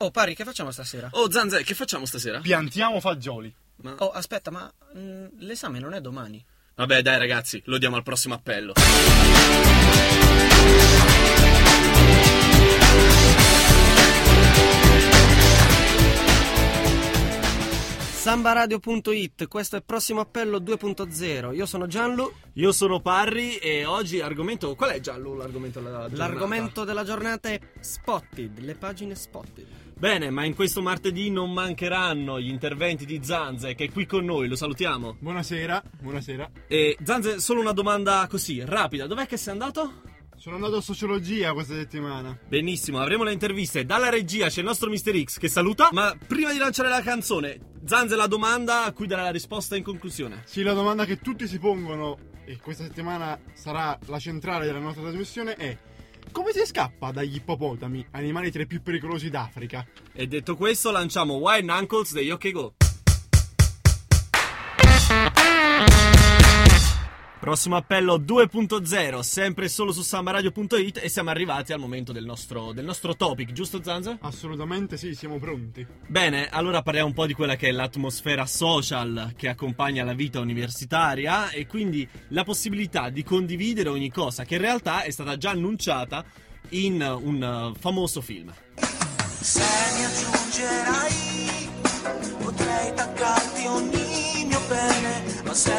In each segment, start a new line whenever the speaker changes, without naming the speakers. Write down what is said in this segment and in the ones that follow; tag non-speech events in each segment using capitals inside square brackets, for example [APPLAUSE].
Oh, Pari, che facciamo stasera?
Oh, Zanzè, che facciamo stasera?
Piantiamo fagioli.
Ma-
Oh, aspetta, ma mh, l'esame non è domani.
Vabbè, dai, ragazzi, lo diamo al prossimo appello.
Sambaradio.it, questo è il prossimo appello 2.0. Io sono Gianlu.
Io sono Parri e oggi argomento... Qual è Giallo l'argomento della giornata?
L'argomento della giornata è Spotted, le pagine Spotted.
Bene, ma in questo martedì non mancheranno gli interventi di Zanzè, che è qui con noi, lo salutiamo.
Buonasera, buonasera.
E Zanzè, solo una domanda così, rapida. Dov'è che sei andato?
Sono andato a sociologia questa settimana.
Benissimo, avremo le interviste dalla regia, c'è il nostro Mr. X che saluta. Ma prima di lanciare la canzone, Zanzè la domanda a cui darà la risposta in conclusione.
Sì, la domanda che tutti si pongono, e questa settimana sarà la centrale della nostra trasmissione, è come si scappa dagli ippopotami, animali tra i più pericolosi d'Africa?
E detto questo, lanciamo Wine Uncles degli OK Go. Prossimo appello 2.0, sempre solo su samaradio.it e siamo arrivati al momento del nostro, del nostro topic, giusto Zanza?
Assolutamente sì, siamo pronti.
Bene, allora parliamo un po' di quella che è l'atmosfera social che accompagna la vita universitaria e quindi la possibilità di condividere ogni cosa che in realtà è stata già annunciata in un eh, famoso film.
Se mi aggiungerai, potrei taccarti ogni mio bene, ma se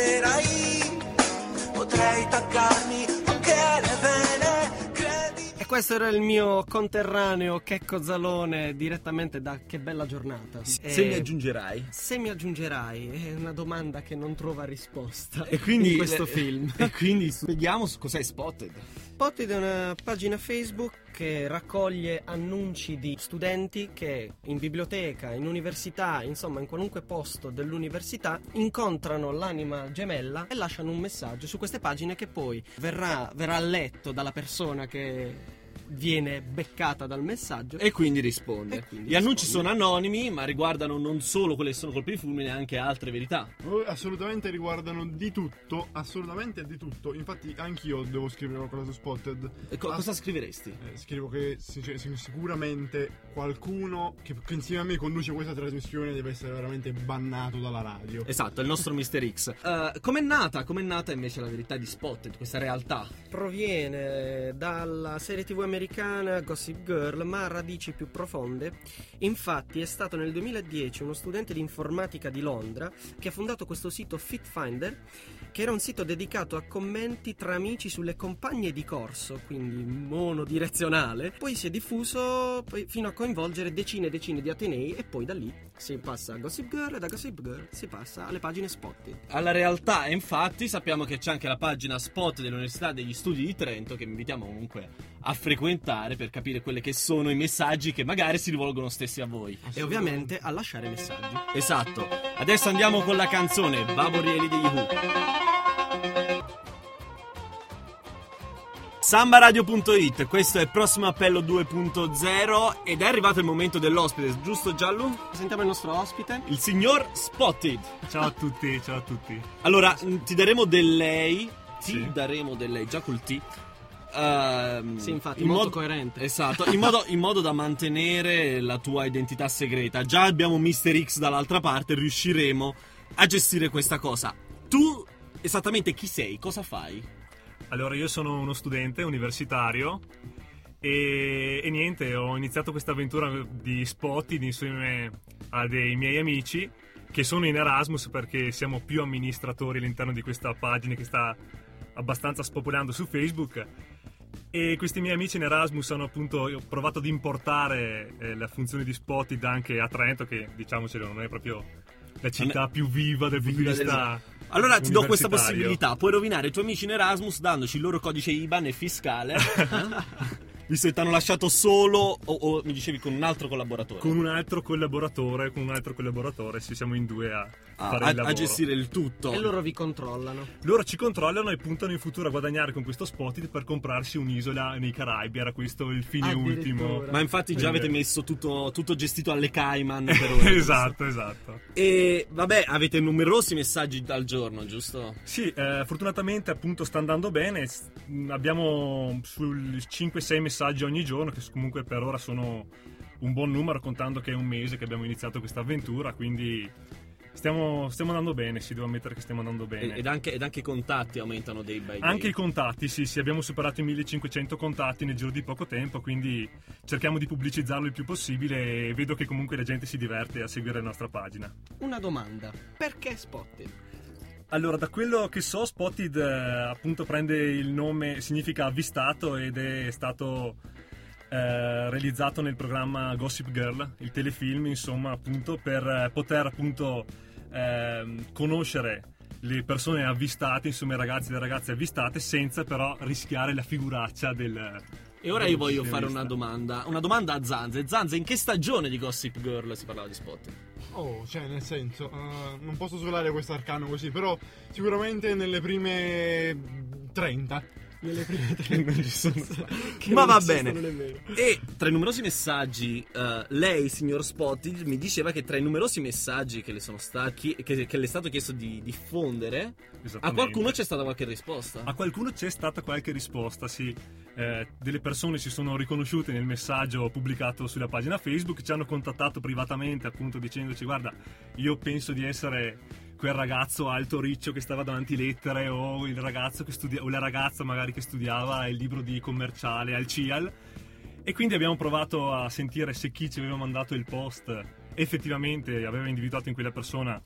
rifiuterai, potrei taccarmi anche le vene, credi.
E questo era il mio conterraneo Checco Zalone, direttamente da Che Bella Giornata.
Se
E
mi aggiungerai.
se mi aggiungerai, è una domanda che non trova risposta
E quindi
in questo
eh,
film.
[LAUGHS] E quindi su- vediamo su cos'è Spotted.
Spotted è una pagina Facebook che raccoglie annunci di studenti che in biblioteca, in università, insomma in qualunque posto dell'università incontrano l'anima gemella e lasciano un messaggio su queste pagine che poi verrà, verrà letto dalla persona che viene beccata dal messaggio.
E quindi risponde.
E quindi
Gli annunci sono
risponde.
anonimi, ma riguardano non solo quelle che sono colpi di fulmine, anche altre verità.
Oh, Assolutamente riguardano di tutto, assolutamente di tutto. Infatti anch'io devo scrivere qualcosa su Spotted.
E co-
Ah.
cosa scriveresti?
Eh, Scrivo che sincer- sic- sicuramente qualcuno che, che insieme a me conduce questa trasmissione deve essere veramente bannato dalla radio.
Esatto, il nostro
[LAUGHS]
Mr. X. Eh, com'è nata? Com'è nata invece la verità di Spotted, questa realtà?
proviene dalla serie tv americana Gossip Girl ma ha radici più profonde. Infatti è stato nel 2010 uno studente di informatica di Londra che ha fondato questo sito FitFinder che era un sito dedicato a commenti tra amici sulle compagne di corso, quindi monodirezionale. Poi si è diffuso poi, fino a coinvolgere decine e decine di atenei e poi da lì si passa a Gossip Girl e da Gossip Girl si passa alle pagine Spotted.
Alla realtà, infatti, sappiamo che c'è anche la pagina Spot dell'Università degli Studi di Trento che invitiamo comunque a frequentare per capire quelli che sono i messaggi che magari si rivolgono stessi a voi.
E ovviamente a lasciare messaggi.
Esatto. Adesso andiamo con la canzone Baborieli degli Who. Sambaradio.it, questo è il prossimo appello 2.0 ed è arrivato il momento dell'ospite, giusto Giallo?
Sentiamo il nostro ospite.
Il signor Spotted.
Ciao a tutti, ciao a tutti.
Allora, mh, ti daremo del lei, ti
Sì.
daremo del lei, già col T. Ehm,
Sì, infatti,
in
molto
modo-
coerente.
Esatto,
[LAUGHS]
in modo, in modo da mantenere la tua identità segreta. Già abbiamo Mr. X dall'altra parte, riusciremo a gestire questa cosa. Tu esattamente chi sei? Cosa fai?
Allora, io sono uno studente universitario e, e niente, ho iniziato questa avventura di spotting insieme a dei miei amici che sono in Erasmus perché siamo più amministratori all'interno di questa pagina che sta abbastanza spopolando su Facebook. E questi miei amici in Erasmus hanno appunto io ho provato ad importare eh, la funzione di spotted anche a Trento, che diciamocelo non è proprio la città più viva dal punto di
Viva del-
vista.
Allora ti do questa
universitario.
possibilità, puoi rovinare i tuoi amici in Erasmus dandoci il loro codice IBAN e fiscale,
[LAUGHS]
visto che ti hanno lasciato solo o, o mi dicevi con un altro collaboratore.
con un altro collaboratore, con un altro collaboratore, sì, siamo in due a
a,
fare
a-
il lavoro.
a gestire il tutto.
E loro vi controllano.
Loro ci controllano e puntano in futuro a guadagnare con questo spotted per comprarsi un'isola nei Caraibi, era questo il fine
Addirittura.
ultimo.
Ma infatti già avete messo tutto, tutto gestito alle Cayman
[LAUGHS]
per ora.
esatto, esatto.
E vabbè, avete numerosi messaggi al giorno, giusto?
Sì, eh, fortunatamente appunto sta andando bene, S- mh, abbiamo sul 5-6 messaggi ogni giorno che s- comunque per ora sono un buon numero contando che è un mese che abbiamo iniziato questa avventura, quindi stiamo, stiamo andando bene, si deve ammettere che stiamo andando bene.
Ed anche, ed anche i contatti aumentano dei bei
Anche i contatti, sì, sì, abbiamo superato i 1500 contatti nel giro di poco tempo, quindi cerchiamo di pubblicizzarlo il più possibile e vedo che comunque la gente si diverte a seguire la nostra pagina.
Una domanda: perché Spotted?
Allora, da quello che so, Spotted eh, appunto prende il nome, significa avvistato ed è stato eh, realizzato nel programma Gossip Girl, il telefilm, insomma, appunto per eh, poter appunto ehm, conoscere le persone avvistate, insomma i ragazzi e le ragazze avvistate, senza però rischiare la figuraccia del...
E ora io voglio
del
fare una
professionista.
domanda, una domanda a Zanze. Zanze, in che stagione di Gossip Girl si parlava di Spotted?
Oh, cioè, nel senso, eh, non posso svelare questo arcano così, però sicuramente nelle prime 30. Nelle prime 30.
Non ci sono
[LAUGHS]
Che
Ma
non
va
ci
bene.
sono nemmeno.
E tra i numerosi messaggi, eh, lei, signor Spotted, mi diceva che tra i numerosi messaggi che le, sono sta- chi- che, che le è stato chiesto di diffondere, a
Esattamente.
qualcuno c'è stata qualche risposta.
A qualcuno c'è stata qualche risposta, sì. Eh, delle persone si sono riconosciute nel messaggio pubblicato sulla pagina Facebook, ci hanno contattato privatamente appunto dicendoci guarda, io penso di essere quel ragazzo alto riccio che stava davanti lettere o il ragazzo che studia- o la ragazza magari che studiava il libro di commerciale al CIAL. E quindi abbiamo provato a sentire se chi ci aveva mandato il post effettivamente aveva individuato in quella persona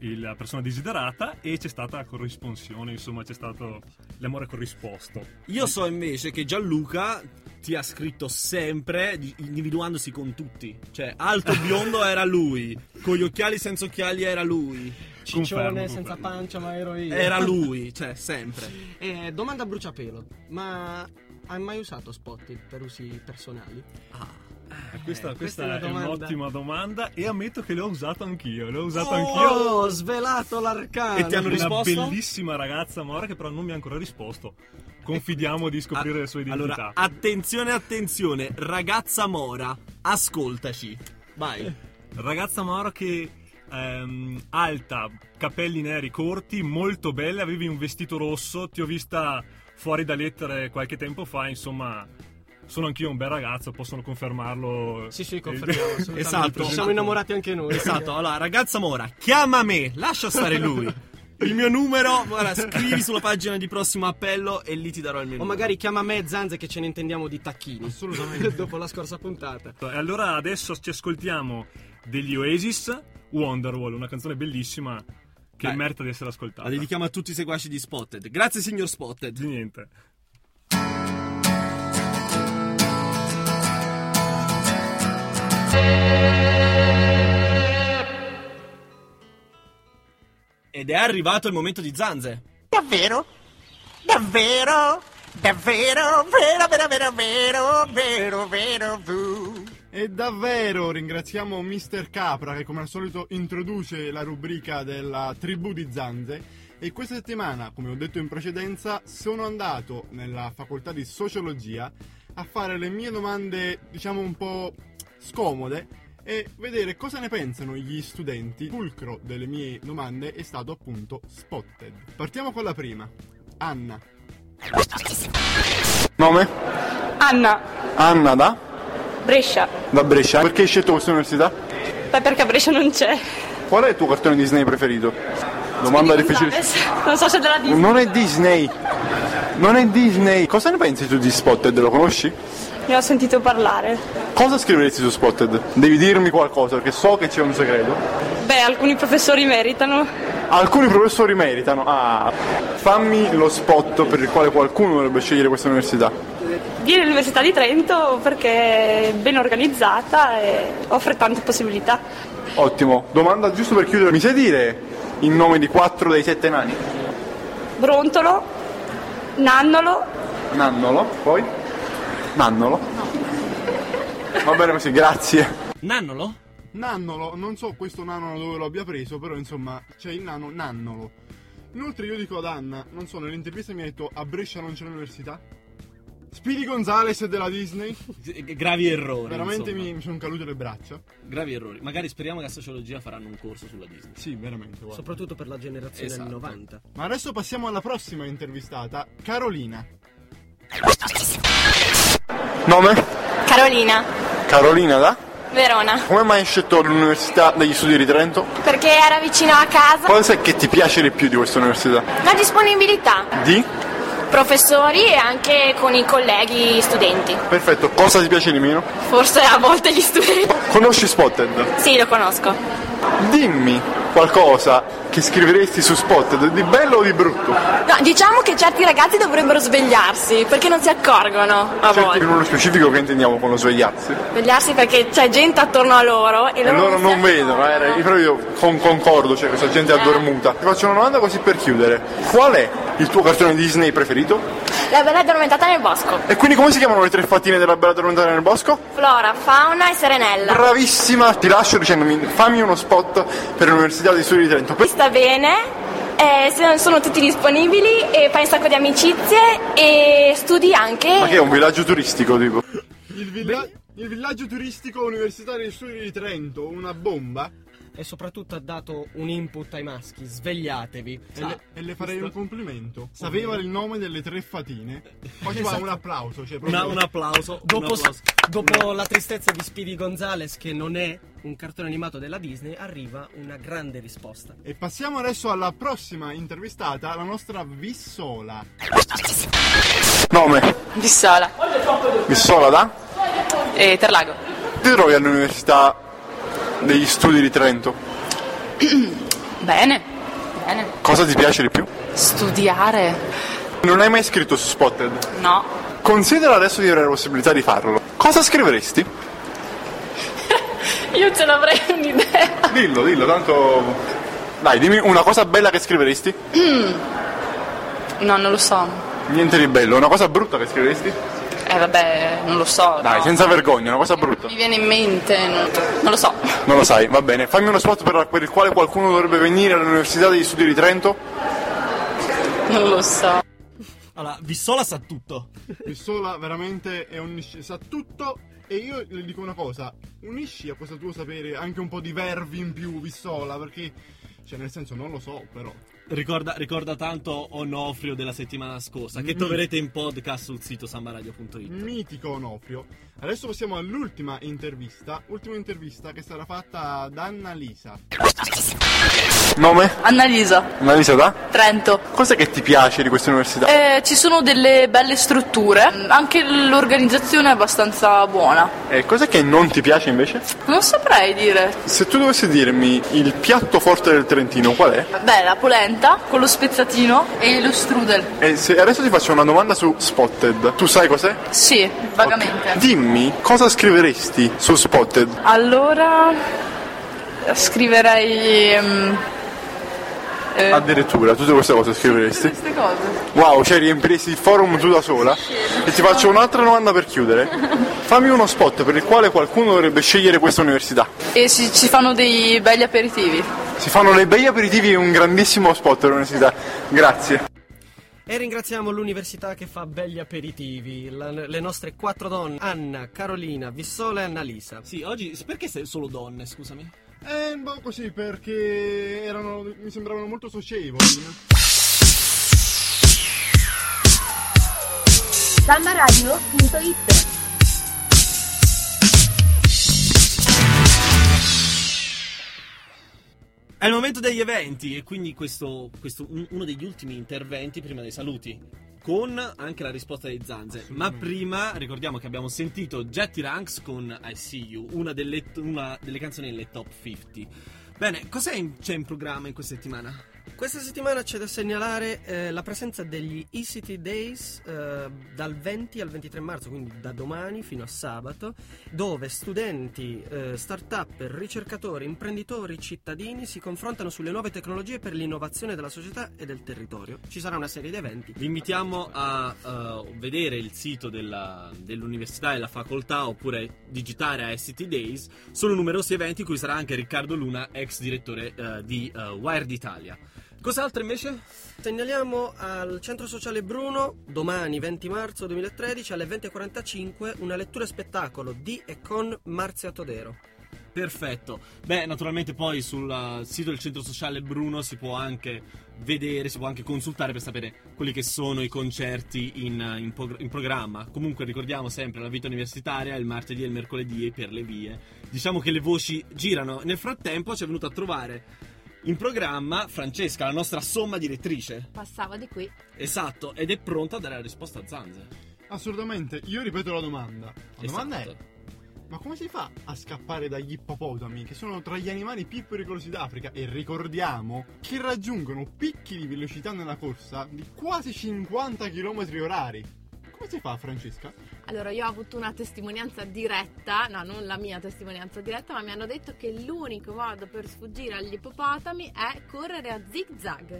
il- la persona desiderata e c'è stata corrisponsione, insomma c'è stato l'amore corrisposto.
Eh,
Io so invece che Gianluca ti ha scritto sempre di- individuandosi con tutti. Cioè,
[LAUGHS]
alto biondo era lui, con gli occhiali senza occhiali era lui.
Ciccione
Confermo,
senza
confermo.
pancia, ma ero io.
Era lui, cioè, sempre.
Eh, domanda a bruciapelo: ma hai mai usato Spotted per usi personali?
Eh, questa,
Eh,
questa
questa è una
è,
domanda.
un'ottima domanda e ammetto che l'ho usato anch'io, l'ho usato anch'io.
Oh, ah, svelato l'arcano!
E ti hanno
Una
risposto?
bellissima ragazza Mora che però non mi ha ancora risposto. Confidiamo di scoprire
Ah,
le sue identità.
Allora, attenzione, attenzione, ragazza Mora, ascoltaci. Vai.
Ragazza Mora che ehm, alta, capelli neri corti, molto bella, avevi un vestito rosso, ti ho vista fuori da lettere qualche tempo fa, insomma, sono anch'io un bel ragazzo, possono confermarlo. Eh,
Sì, sì,
[LAUGHS]
[LAUGHS]
confermiamo. assolutamente.
Esatto.
Ci siamo innamorati anche noi.
Esatto, allora, ragazza Mora, chiama me, lascia stare lui. Il mio numero, guarda, scrivi sulla pagina di prossimo appello e lì ti darò il mio
O
numero.
magari chiama me Zanze che ce ne intendiamo di tacchini.
Assolutamente.
[LAUGHS] Dopo la scorsa puntata.
E allora adesso ci ascoltiamo degli Oasis Wonderwall, una canzone bellissima che
Dai.
merita di essere
La
ascoltata.
dedichiamo a tutti i seguaci di Spotted. Grazie, signor Spotted.
Di niente.
Ed è arrivato il momento di Zanze.
Davvero? Davvero? Davvero? Vero, vero, vero, vero, vero, vero, vero.
E davvero ringraziamo Mr. Capra che come al solito introduce la rubrica della tribù di Zanze e questa settimana, come ho detto in precedenza, sono andato nella facoltà di sociologia a fare le mie domande, diciamo un po' scomode e vedere cosa ne pensano gli studenti. Il fulcro delle mie domande è stato appunto Spotted. Partiamo con la prima. Anna.
Nome?
Anna,
Anna da?
Brescia.
Da Brescia. Perché hai scelto questa università?
Beh, perché a Brescia non c'è.
Qual è il tuo cartone Disney preferito? Domanda difficile.
Gonzales. Non so se te la dico.
Non è Disney. Non è Disney. Cosa ne pensi tu di Spotted? Lo conosci?
Ne ho sentito parlare.
Cosa scriveresti su Spotted? Devi dirmi qualcosa perché so che c'è un segreto.
Beh, alcuni professori meritano.
Alcuni professori meritano. Ah. Fammi lo spot per il quale qualcuno dovrebbe scegliere questa università.
Viene all'Università di Trento perché è ben organizzata e offre tante possibilità.
Ottimo. Domanda giusto per chiudere. Mi sai dire il nome di quattro dei sette nani?
Brontolo, Nannolo,
Nannolo, poi? Nannolo. Va bene così, grazie.
Nannolo?
Nannolo, non so questo nano dove lo abbia preso, però insomma c'è il nano Nannolo. Inoltre io dico ad Anna, non so, nell'intervista mi ha detto a Brescia non c'è l'università? Speedy Gonzales è della Disney?
Gravi errori.
Veramente
insomma.
mi, mi sono cadute le braccia?
Gravi errori. Magari speriamo che a sociologia faranno un corso sulla Disney.
Sì, veramente, guarda.
Soprattutto per la generazione
Esatto.
anni 90.
Ma adesso passiamo alla prossima intervistata, Carolina. Nome?
Carolina,
Carolina da?
Verona.
Come mai hai scelto l'Università degli Studi di Trento?
Perché era vicino a casa.
Cosa è che ti piace di più di questa università?
La disponibilità,
Di?
professori e anche con i colleghi studenti.
Perfetto, cosa ti piace di meno?
Forse a volte gli studenti.
Conosci Spotted?
Sì, lo conosco.
Dimmi qualcosa che scriveresti su Spotted, di bello o di brutto?
No, diciamo che certi ragazzi dovrebbero svegliarsi perché non si accorgono a
Certo, in
volte.
uno specifico che intendiamo con lo svegliarsi.
Svegliarsi perché c'è gente attorno a loro e
E
loro,
loro
si
non vedono, eh,
accorgono.
io proprio io con- concordo, cioè questa gente è addormuta. Ti faccio una domanda così per chiudere. Qual è il tuo cartone Disney preferito?
La bella addormentata nel bosco.
E quindi come si chiamano le tre fattine della bella addormentata nel bosco?
Flora, fauna e serenella.
Bravissima, ti lascio dicendomi fammi uno spot per l'Università dei Studi di Trento. Per-
Sta bene, eh, se- sono tutti disponibili e fai un sacco di amicizie e studi anche.
Ma che è un villaggio turistico tipo?
Il, villa- il villaggio turistico universitario degli studi di Trento, una bomba.
E soprattutto ha dato un input ai maschi, svegliatevi.
E le, e le farei un complimento. Sapeva il nome delle tre fatine. Poi ci va un applauso. Cioè proprio...
Esatto. Una- un applauso.
Dopo,
un applauso.
dopo la tristezza di Speedy Gonzales, che non è un cartone animato della Disney, arriva una grande risposta.
E passiamo adesso alla prossima intervistata, la nostra Vissola.
Nome,
Vissola
Vissola da?
e Terlago.
Ti trovi all'Università degli Studi di Trento?
Bene, bene.
Cosa ti piace di più?
Studiare?
Non hai mai scritto su Spotted?
No.
Considera adesso di avere la possibilità di farlo. Cosa scriveresti?
Io ce l'avrei [LAUGHS] un'idea.
Dillo, dillo, tanto... Dai, dimmi una cosa bella che scriveresti.
No, non lo so.
Niente di bello, una cosa brutta che scriveresti.
Eh vabbè, non lo so.
Dai,
no.
senza vergogna, una cosa brutta.
Mi viene in mente, non, non lo so. [LAUGHS]
Non lo sai, va bene. Fammi uno spot per, per il quale qualcuno dovrebbe venire all'Università degli Studi di Trento.
Non lo so.
Allora, Vissola sa tutto.
Vissola veramente è onnisci- sa tutto. E io le dico una cosa, unisci a questo tuo sapere anche un po' di verbi in più, Vissola, perché... Cioè, nel senso, non lo so, però...
Ricorda, ricorda tanto Onofrio della settimana scorsa, che troverete in podcast sul sito sambaradio.it.
Mitico Onofrio. Adesso passiamo all'ultima intervista, ultima intervista che sarà fatta da Annalisa.
Nome?
Annalisa,
Analisa da?
Trento.
Cos'è che ti piace di questa università?
Eh, ci sono delle belle strutture, Mm, anche l'organizzazione è abbastanza buona.
E cos'è che non ti piace invece?
Non saprei dire.
Se tu dovessi dirmi il piatto forte del Trentino, qual è?
Beh, la polenta con lo spezzatino e lo strudel.
E se adesso ti faccio una domanda su Spotted. Tu sai cos'è?
Sì, vagamente.
Dimmi cosa scriveresti su Spotted.
Allora scriverei mm, eh,
Addirittura, tutte queste cose scriveresti.
queste cose.
Wow, cioè riempiresti il forum tu da sola. E ti faccio un'altra domanda per chiudere. Fammi uno spot per il quale qualcuno dovrebbe scegliere questa università.
E ci, ci fanno dei belli aperitivi.
Si fanno dei bei aperitivi e un grandissimo spot per l'università. Grazie.
E ringraziamo l'università che fa belli aperitivi. La- le nostre quattro donne, Anna, Carolina, Vissola e Annalisa.
Sì, oggi perché sei solo donne, scusami?
Eh, un po' così perché erano, mi sembravano molto socievoli.
Sambaradio.it
È il momento degli eventi e quindi questo, questo un- uno degli ultimi interventi prima dei saluti con anche la risposta dei Zanze. Ma prima ricordiamo che abbiamo sentito Jetty Ranks con I See You, una delle, una delle canzoni delle top 50. Bene, cos'è in- c'è in programma in questa settimana?
Questa settimana c'è da segnalare eh, la presenza degli ECT Days eh, dal 20 al 23 marzo, quindi da domani fino a sabato, dove studenti, eh, start-up, ricercatori, imprenditori, cittadini si confrontano sulle nuove tecnologie per l'innovazione della società e del territorio. Ci sarà una serie di eventi.
Vi invitiamo a eh, vedere il sito della- dell'università e della facoltà oppure digitare a ST Days. Sono numerosi eventi in cui sarà anche Riccardo Luna, ex direttore eh, di eh, Wired Italia. Cos'altro invece?
Segnaliamo al Centro Sociale Bruno, domani 20 marzo 2013 alle 20.45, una lettura spettacolo di e con Marzia Todero.
Perfetto. Beh, naturalmente poi sul eh, sito del centro sociale Bruno si può anche vedere, si può anche consultare per sapere quelli che sono i concerti in, eh, in progr- in programma. Comunque ricordiamo sempre la vita universitaria il martedì e il mercoledì per le vie. Diciamo che le voci girano. Nel frattempo ci è venuta a trovare in programma Francesca, la nostra somma direttrice.
Passava di qui.
Esatto, ed è pronta a dare la risposta a Zanze.
Assolutamente, io ripeto la domanda. La domanda è:
Esatto.
ma come si fa a scappare dagli ippopotami, che sono tra gli animali più pericolosi d'Africa? E ricordiamo che raggiungono picchi di velocità nella corsa di quasi 50 km orari. Come si fa, Francesca?
Allora, io ho avuto una testimonianza diretta, no, non la mia testimonianza diretta, ma mi hanno detto che l'unico modo per sfuggire agli ippopotami è correre a zig zag,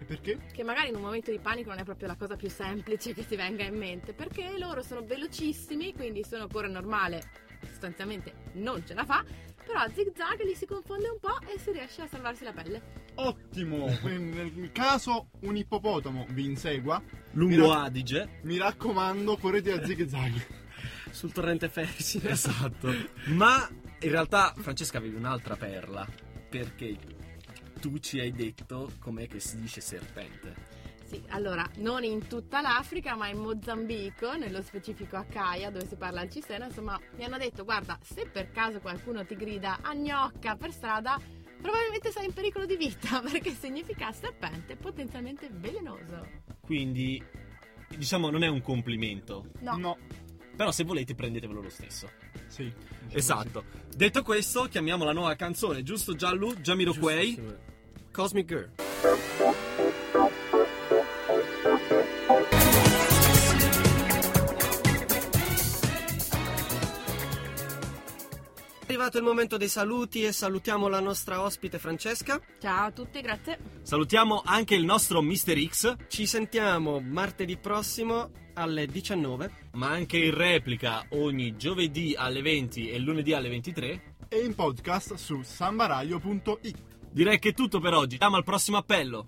E perché?
che magari in un momento di panico non è proprio la cosa più semplice che ti venga in mente, perché loro sono velocissimi, quindi se uno corre normale sostanzialmente non ce la fa, però a zig zag li si confonde un po' e si riesce a salvarsi la pelle.
Ottimo! Quindi, Nel caso un ippopotamo vi insegua,
Lungo
Mira-
Adige,
mi raccomando, correte a zig zag.
sul torrente Fersina.
[LAUGHS] esatto. Ma in realtà, Francesca, avevi un'altra perla. Perché tu ci hai detto com'è che si dice serpente.
Sì, allora, non in tutta l'Africa, ma in Mozambico, nello specifico a Caia, dove si parla il Cisena, insomma, mi hanno detto, guarda, se per caso qualcuno ti grida a gnocca per strada, probabilmente sei in pericolo di vita, [LAUGHS] perché significa serpente potenzialmente velenoso.
Quindi, diciamo, non è un complimento.
No.
Però se volete prendetevelo lo stesso.
Sì. diciamo
Esatto. Detto questo, chiamiamo la nuova canzone, giusto Giallu? Jamiroquai?
Cosmic Girl. È arrivato il momento dei saluti e salutiamo la nostra ospite Francesca.
Ciao a tutti, grazie.
Salutiamo anche il nostro Mr. X,
Ci sentiamo martedì prossimo alle 19.
ma anche in replica ogni giovedì alle 20 e lunedì alle 23.
sì. E in podcast su sambaradio.it.
Direi che è tutto per oggi. Diamo al prossimo appello.